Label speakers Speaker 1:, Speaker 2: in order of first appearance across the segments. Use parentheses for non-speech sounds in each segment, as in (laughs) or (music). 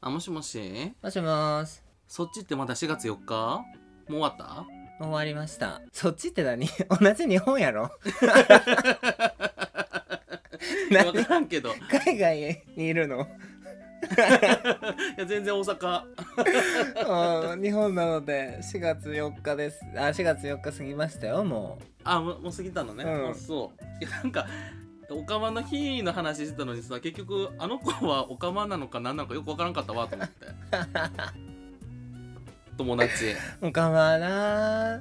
Speaker 1: あもしもし
Speaker 2: もしもーし。
Speaker 1: そっちってまだ4月4日もう終わった
Speaker 2: もう終わりました。そっちって何 (laughs) 同じ日本や (laughs) ろ何
Speaker 1: 分からんけどい
Speaker 2: 海外にいるの
Speaker 1: や全然大阪
Speaker 2: うん日本なので4月4日です。あ、4月4日過ぎましたよ、も
Speaker 1: あもうもう過ぎたのね、
Speaker 2: うん
Speaker 1: あそういやなんかおかまの日の話してたのにさ結局あの子はおかまなのか何なのかよく分からんかったわと思って
Speaker 2: (laughs)
Speaker 1: 友達
Speaker 2: う。おかまなー。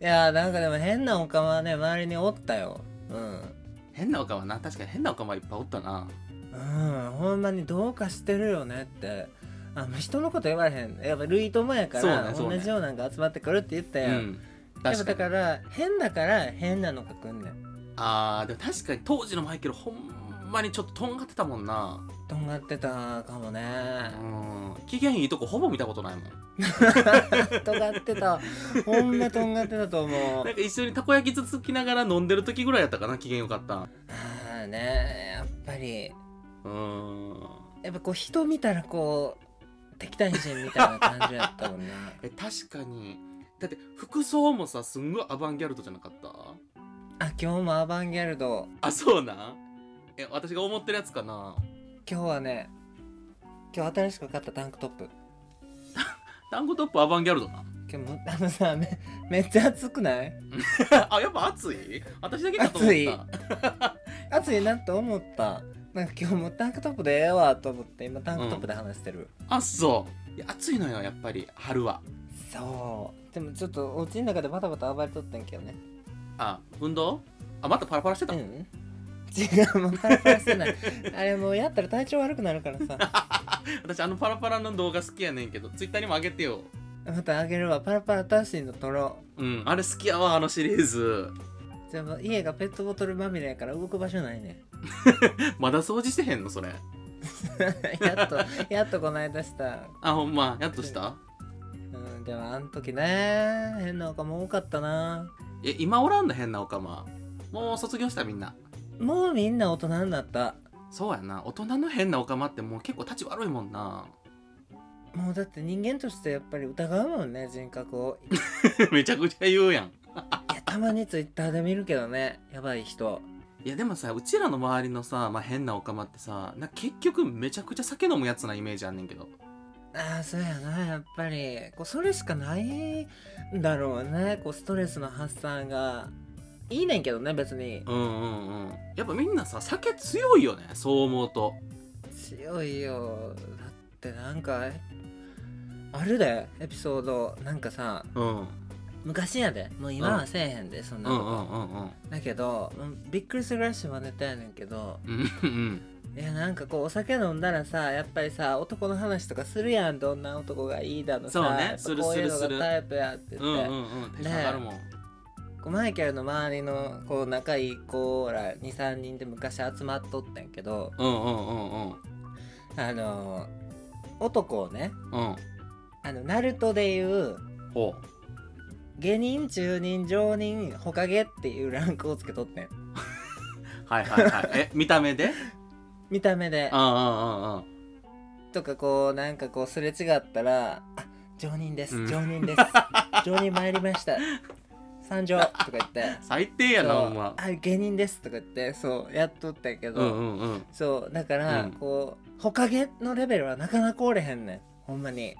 Speaker 2: いやー、なんかでも変なおかまね、周りにおったよ。うん。
Speaker 1: 変なおかまな確かに変なおかまいっぱいおったな
Speaker 2: うん、ほんまにどうかしてるよねって。あの人のこと言われへん。やっぱ類友やか
Speaker 1: そう
Speaker 2: ら、
Speaker 1: ねそうね
Speaker 2: 同じようなんか集まってくるって言った
Speaker 1: う
Speaker 2: やん。
Speaker 1: ん
Speaker 2: やっぱ
Speaker 1: 確か
Speaker 2: だ
Speaker 1: に
Speaker 2: から変だから変なのが来んねん
Speaker 1: あーでも確かに当時のマイケルほんまにちょっととんがってたもんな
Speaker 2: とんがってたかもね
Speaker 1: うん機嫌いいとこほぼ見たことないもん
Speaker 2: とんがって
Speaker 1: (laughs)
Speaker 2: たほんまとんがってたと思う
Speaker 1: なんか一緒にたこ焼きつつきながら飲んでる時ぐらいやったかな機嫌よかった
Speaker 2: ああねやっぱり
Speaker 1: うん
Speaker 2: やっぱこう人見たらこう敵対心みたいな感じやったもんな
Speaker 1: (laughs) え確かにだって服装もさすんごいアバンギャルドじゃなかった
Speaker 2: あ今日もアバンギャルド
Speaker 1: あそうなんえ私が思ってるやつかな
Speaker 2: 今日はね今日新しく買ったタンクトップ
Speaker 1: タンクトップアバンギャルドな
Speaker 2: 今日もあのさめめっちゃ暑くない
Speaker 1: (laughs) あやっぱ暑い私だけかと思っ
Speaker 2: 暑い
Speaker 1: た
Speaker 2: 暑いなって思ったなんか今日もタンクトップでええわと思って今タンクトップで話してる、
Speaker 1: あそういや暑いのよやっぱり春は
Speaker 2: そうでもちょっとお家の中でバタバタ暴れとったんけどね
Speaker 1: あ運動あまたパラパラしてた、
Speaker 2: うん違うもうパラパラしてないあれもうやったら体調悪くなるからさ
Speaker 1: 私あのパラパラの動画好きやねんけどツイッターにも上げてよ
Speaker 2: またあげるわパラパラ新しいの撮ろ
Speaker 1: うんあれ好きやわあのシリーズ
Speaker 2: うじゃあもう家がペットボトルまみれやから動く場所ない (laughs) ね
Speaker 1: まだ掃除してへんのそれ
Speaker 2: やっとやっとこの間した
Speaker 1: あほんまやっとした
Speaker 2: うんでもあの時ね変なおかも多かったな
Speaker 1: え今おらんの変なおかまもう卒業したみんな
Speaker 2: もうみんな大人になった
Speaker 1: そうやな大人の変なおかまってもう結構立ち悪いもんな (laughs)
Speaker 2: もうだって人間としてやっぱり疑うもんね人格をい
Speaker 1: めちゃくちゃ言うやん
Speaker 2: やたまにツイッターで見るけどねやばい人
Speaker 1: いやでもさうちらの周りのさ、まあ、変なおかまってさなんか結局めちゃくちゃ酒飲むやつなイメージあんねんけど
Speaker 2: ああそうやなやっぱりこうそれしかないんだろうねこうストレスの発散がいいねんけどね別に
Speaker 1: うんうんうんやっぱみんなさ酒強いよねそう思うと
Speaker 2: 強いよだってなんかあるでエピソードなんかさ
Speaker 1: うんうん
Speaker 2: 昔やでもう今はせえへんで、そん
Speaker 1: う
Speaker 2: なこと、
Speaker 1: んうんうん
Speaker 2: だけどうんびっくりするぐらいしまネタやねんけど
Speaker 1: うんうん
Speaker 2: いやなんかこうお酒飲んだらさやっぱりさ男の話とかするやんどんな男がいいだのさ
Speaker 1: そうね
Speaker 2: やっぱ
Speaker 1: する
Speaker 2: こうい
Speaker 1: する
Speaker 2: う
Speaker 1: す
Speaker 2: の
Speaker 1: る
Speaker 2: がタイプやって言って、
Speaker 1: うんうんうん手下がるもん、
Speaker 2: こうマイケルの周りのこう仲いい子ら23人で昔集まっとったんやけど
Speaker 1: うんうんうんうん
Speaker 2: あのー男をね
Speaker 1: うん
Speaker 2: あのナルトでいう
Speaker 1: ほ
Speaker 2: 下人中人上人ほかげっていうランクをつけとってん
Speaker 1: うはいはいはいえ見た (laughs) 目で
Speaker 2: 見た目で
Speaker 1: うんうんうんうん
Speaker 2: とかこうなんかこうすれ違ったら「あ上人で
Speaker 1: う
Speaker 2: す
Speaker 1: ん
Speaker 2: 上人です
Speaker 1: (laughs)
Speaker 2: 上人参りました参上」とか言って
Speaker 1: 最低
Speaker 2: 「
Speaker 1: やな
Speaker 2: そ
Speaker 1: お
Speaker 2: う
Speaker 1: 前
Speaker 2: あ下人です」とか言ってそうやっとったんやけど、
Speaker 1: うんうんうん
Speaker 2: そうだから、
Speaker 1: うん
Speaker 2: こうほかげのレベルはなかなかおれへんねんほんまに、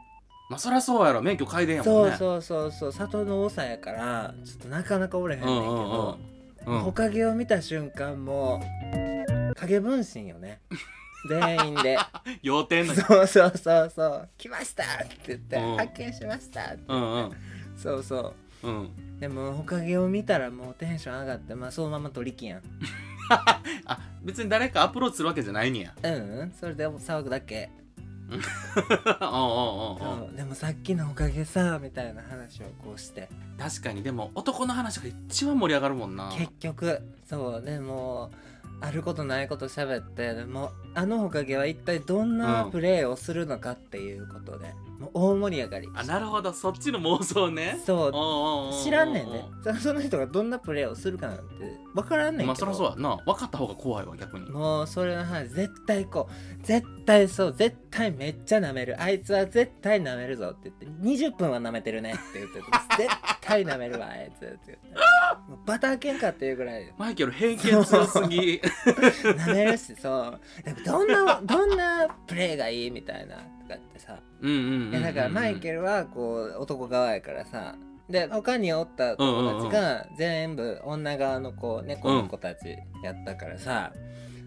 Speaker 1: まあそりゃそうやろ免許改伝やもん
Speaker 2: そう
Speaker 1: ねう
Speaker 2: そうそうそう里の多さやからちょっとなかなかおれへんねんけ
Speaker 1: んうんうん
Speaker 2: ど
Speaker 1: うん
Speaker 2: ほかげを見た瞬間もう影分身
Speaker 1: (laughs)
Speaker 2: よね全員で
Speaker 1: 要点の
Speaker 2: そうそうそうそう「来ました!」って言って「
Speaker 1: うん
Speaker 2: 発見しました!」
Speaker 1: うんうん
Speaker 2: そうそう
Speaker 1: うん
Speaker 2: でもほかげを見たらもうテンション上がってまあそのまま取りきやん
Speaker 1: あ別に誰かアプローチするわけじゃないんや (laughs)
Speaker 2: うんうんそれで騒ぐだけ
Speaker 1: うんうんうんうん
Speaker 2: そうでもさっきのおかげさみたいな話をこうして
Speaker 1: 確かにでも男の話が一番盛り上がるもんな
Speaker 2: 結局そうねもうあることないこと喋ってでもあのおかげは一体どんな
Speaker 1: うん
Speaker 2: プレーをするのかっていうことで、もう大盛り上がり
Speaker 1: あなるほどそっちの妄想ね
Speaker 2: そう
Speaker 1: おうおうおうおう
Speaker 2: 知らんねんねそその人がどんなプレーをするかなんて分からんねんけど、
Speaker 1: まあそりゃそうやな分かった方が怖いわ逆に
Speaker 2: もうそれの話絶対行こう絶対そう絶対めっちゃ舐めるあいつは絶対舐めるぞって言って20分は舐めてるねって言ってた絶対舐めるわあいつって
Speaker 1: (laughs)
Speaker 2: 言ってもうバター喧嘩っていうぐらい
Speaker 1: マイケル偏見強す
Speaker 2: (laughs)
Speaker 1: ぎ
Speaker 2: 舐めるしそうでもどんなどんなプレーがいいみたいなとかってさ
Speaker 1: うんうんうんうん、うん、
Speaker 2: いやだからマイケルはこう男側やからさで他におった友達が全部女側の子猫の子たちやったからさ、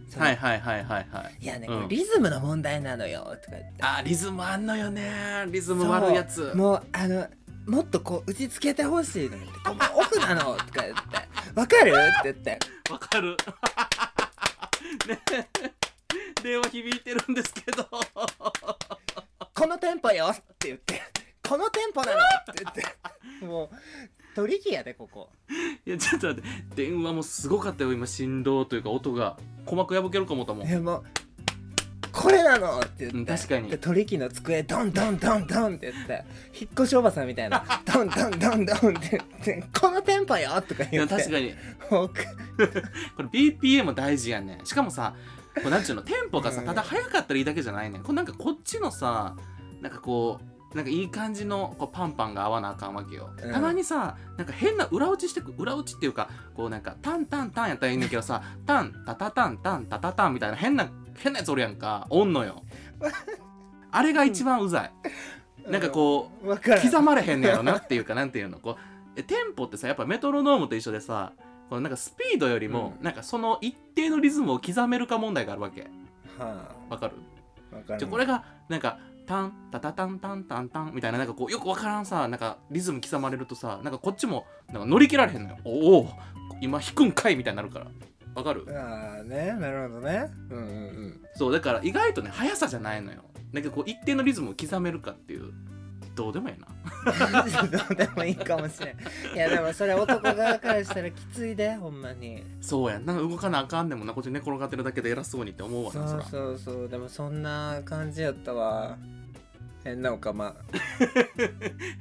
Speaker 2: その
Speaker 1: はいはいはいはいはい
Speaker 2: いやね、
Speaker 1: うん
Speaker 2: これリズムの問題なのよとか言って
Speaker 1: あリズムあんのよねリズム悪いやつ
Speaker 2: もうあのもっとこう打ちつけてほしいのにってこうオフなのとか言ってわかるって言って
Speaker 1: わかる (laughs) ね電話響いてるんですけど (laughs)
Speaker 2: このテンポよって言ってこのテンポなのって言ってもうトリキやでここ
Speaker 1: いやちょっと待って電話もすごかったよ今振動というか音が鼓膜破けるかもともん
Speaker 2: いやもうこれなのって言って、
Speaker 1: うん確かに
Speaker 2: で取り木の机ドンドンドンドンって言って引っ越しおばさんみたいなドンドンドンドンって言ってこのテンポよとか
Speaker 1: い
Speaker 2: 言
Speaker 1: や
Speaker 2: って
Speaker 1: 確かに
Speaker 2: もうく
Speaker 1: これ BPM も大事やねんしかもさこれなん
Speaker 2: (laughs)
Speaker 1: ちゅうのテンポがさ
Speaker 2: うん
Speaker 1: ただ早かったらいいだけじゃないねんこれなんかこっちのさなんかこうなんかいい感じのこうパンパンが合わなあかんわけよ、
Speaker 2: うん
Speaker 1: たまにさなんか変な裏打ちしてく裏打ちっていうかこうなんかタンタンタンやったらいいねんだけど
Speaker 2: (laughs)
Speaker 1: さタンタタタンタンタタタンみたいな変な変なやつおるやんかおんの
Speaker 2: (laughs)
Speaker 1: よあれが一番うざい、なんかこう
Speaker 2: う分からん
Speaker 1: 刻まれへんねやろなっていうかなんていうのこうえテンポってさやっぱメトロノームと一緒でさこのなんかスピードよりも、
Speaker 2: うん
Speaker 1: なんかその一定のリズムを刻めるか問題があるわけ
Speaker 2: は
Speaker 1: わかる、
Speaker 2: あ分から
Speaker 1: じゃ
Speaker 2: ん
Speaker 1: これがなんかタンタタタンタンタンタンみたいななんかこうよくわからんさなんかリズム刻まれるとさなんかこっちもなんか乗り切られへんのよおお今弾くんかいみたいになるからわかる
Speaker 2: ああねなるほどねうんうんうん (laughs)
Speaker 1: そうだから意外とね速さじゃないのよなんかこう一定のリズムを刻めるかっていうどうでもええな
Speaker 2: どうでもいいかもしれんいやでもそれ男側からしたらきついでほんまに
Speaker 1: そうやんなんか動かなあかんでもんなこっち寝転がってるだけで偉そうにって思うわ
Speaker 2: そ
Speaker 1: なそうら
Speaker 2: そうそうでもそんな感じやったわ変なおかま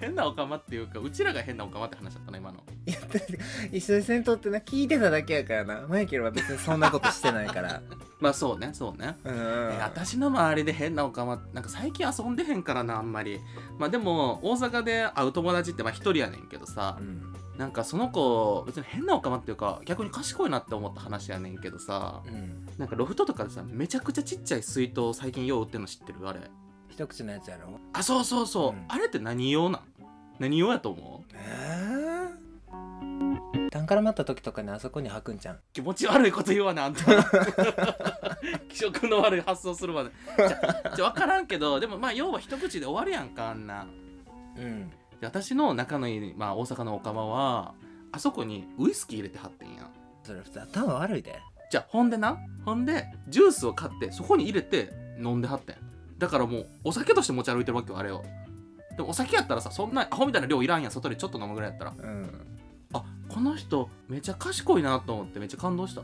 Speaker 1: 変なオカマっていうかうちらが変なオカマって話だったな今の
Speaker 2: (laughs) いやだって一緒に戦闘ってな聞いてただけやからなマイケルは別にそんなことしてない (laughs) から
Speaker 1: まあそうねそうね、
Speaker 2: うん
Speaker 1: え私の周りで変なオカマなんか最近遊んでへんからなあんまりまあでも大阪で会う友達ってまあ一人やねんけどさ
Speaker 2: うん
Speaker 1: なんかその子別に変なオカマっていうか逆に賢いなって思った話やねんけどさ
Speaker 2: うん
Speaker 1: なんかロフトとかでさめちゃくちゃちっちゃい水筒最近よう売ってるの知ってるあれ
Speaker 2: 一口のやつやろ
Speaker 1: あそうそうそう、
Speaker 2: うん
Speaker 1: あれって何用なん何用やと思う
Speaker 2: えータンから待った時とかにあそこに吐くんじゃん
Speaker 1: 気持ち悪いこと言わなあんた (laughs) 気色の悪い発想するまでじゃじゃ分からんけどでもまあ要は一口で終わるやんかあんな
Speaker 2: うん
Speaker 1: で私の仲のいい、まあ、大阪のおかまはあそこにウイスキー入れてはってんやん
Speaker 2: それ普通頭悪いで
Speaker 1: じゃあほんでなほんでジュースを買ってそこに入れて飲んではってんだからもうお酒として持ち歩いてるわけよあれをでもお酒やったらさそんなアホみたいな量いらんやん外でちょっと飲むぐらいやったら
Speaker 2: うん
Speaker 1: あこの人めちゃ賢いなと思ってめっちゃ感動した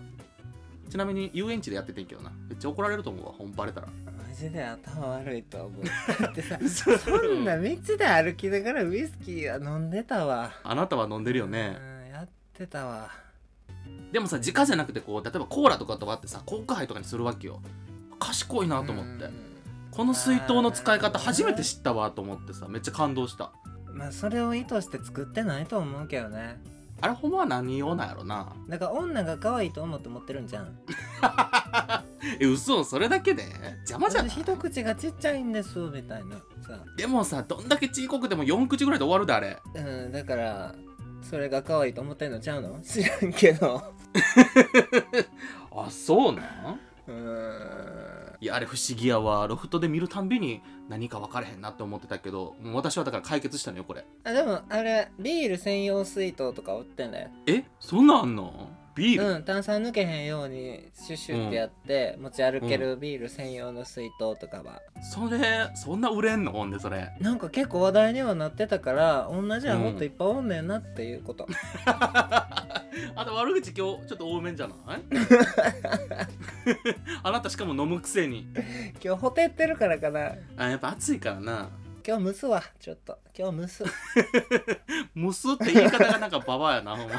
Speaker 1: ちなみに遊園地でやっててんけどなめっちゃ怒られると思うわ本バレたら
Speaker 2: マジで頭悪いと思 (laughs) うだってさそんな道で歩きながらウイスキーは飲んでたわ
Speaker 1: あなたは飲んでるよね
Speaker 2: うんやってたわ
Speaker 1: でもさ直じゃなくてこう例えばコーラとかと割ってさコーク杯とかにするわけよ賢いなと思って
Speaker 2: うん
Speaker 1: この水筒の使い方初めて知ったわと思ってさめっちゃ感動した
Speaker 2: まあそれを意図して作ってないと思うけどね
Speaker 1: あれほんまは何用なんやろな
Speaker 2: だから女が可愛いと思って持ってるんじゃん
Speaker 1: え嘘それだけで邪魔じゃん
Speaker 2: 私一口がちっちゃいんですみたいなさ、
Speaker 1: でもさどんだけ小さくても4口ぐらいで終わるであれ
Speaker 2: うん、だからそれが可愛いと思ってんのちゃうの知らんけど (laughs)
Speaker 1: あそうなん
Speaker 2: うーん
Speaker 1: いやあれ不思議やわロフトで見るたんびに何か分からへんなって思ってたけどもう私はだから解決したのよこれ
Speaker 2: あでもあれビール専用水筒とか売ってんだよ、
Speaker 1: えそんなんあんのビール、
Speaker 2: うん、炭酸抜けへんようにシュッシュってやって持ち歩けるビール専用の水筒とかは、
Speaker 1: それそんな売れんのほんでそれ
Speaker 2: なんか結構話題にはなってたから同じはもっといっぱいおんねんなっていう
Speaker 1: (laughs)
Speaker 2: こと、
Speaker 1: あと悪口今日ちょっと多めんじゃない (laughs) あなたしかも飲むくせに
Speaker 2: 今日ほてってるからかな
Speaker 1: あやっぱ暑いからな
Speaker 2: 今日蒸すわちょっと今日蒸す
Speaker 1: むすって言い方がなんかババアやなほんま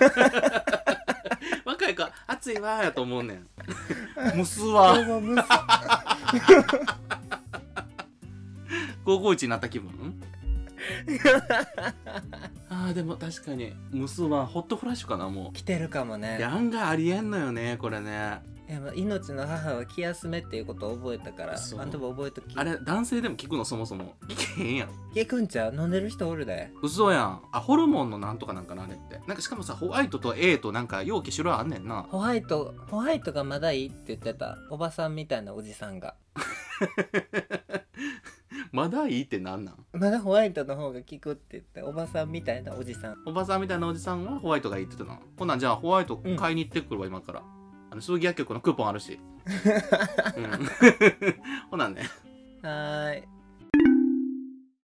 Speaker 1: (laughs) 若い子は暑いわーやと思う
Speaker 2: (laughs)
Speaker 1: ねんむす
Speaker 2: 今
Speaker 1: は
Speaker 2: 日も蒸す
Speaker 1: 551になった気分あーでも確かにむすはホットフラッシュかなも
Speaker 2: (laughs) 来てるかも
Speaker 1: ういや
Speaker 2: ね
Speaker 1: 案外ありえんのよねこれね
Speaker 2: でも命の母は気休めっていうことを覚えたから
Speaker 1: そう
Speaker 2: あんたも覚えとき
Speaker 1: あれ男性でも聞くのそもそも聞けへんやん
Speaker 2: 聞くんちゃう飲んでる人おるで
Speaker 1: 嘘やんあホルモンのなんとかなんかなあれってなんかしかもさホワイトと A となんか容器種類あんねんな
Speaker 2: ホワイトホワイトがまだいいって言ってたおばさんみたいなおじさんが
Speaker 1: まだいいってなんなん
Speaker 2: まだホワイトの方が効くって言っておばさんみたいなおじさん
Speaker 1: おばさんみたいなおじさんはホワイトがいいって言ってたのほんなんじゃあホワイト
Speaker 2: うん
Speaker 1: 買いに行ってくるわ、今からあの葬 (laughs) 儀薬局のクーポンあるし、うん、ほんなんね
Speaker 2: はーい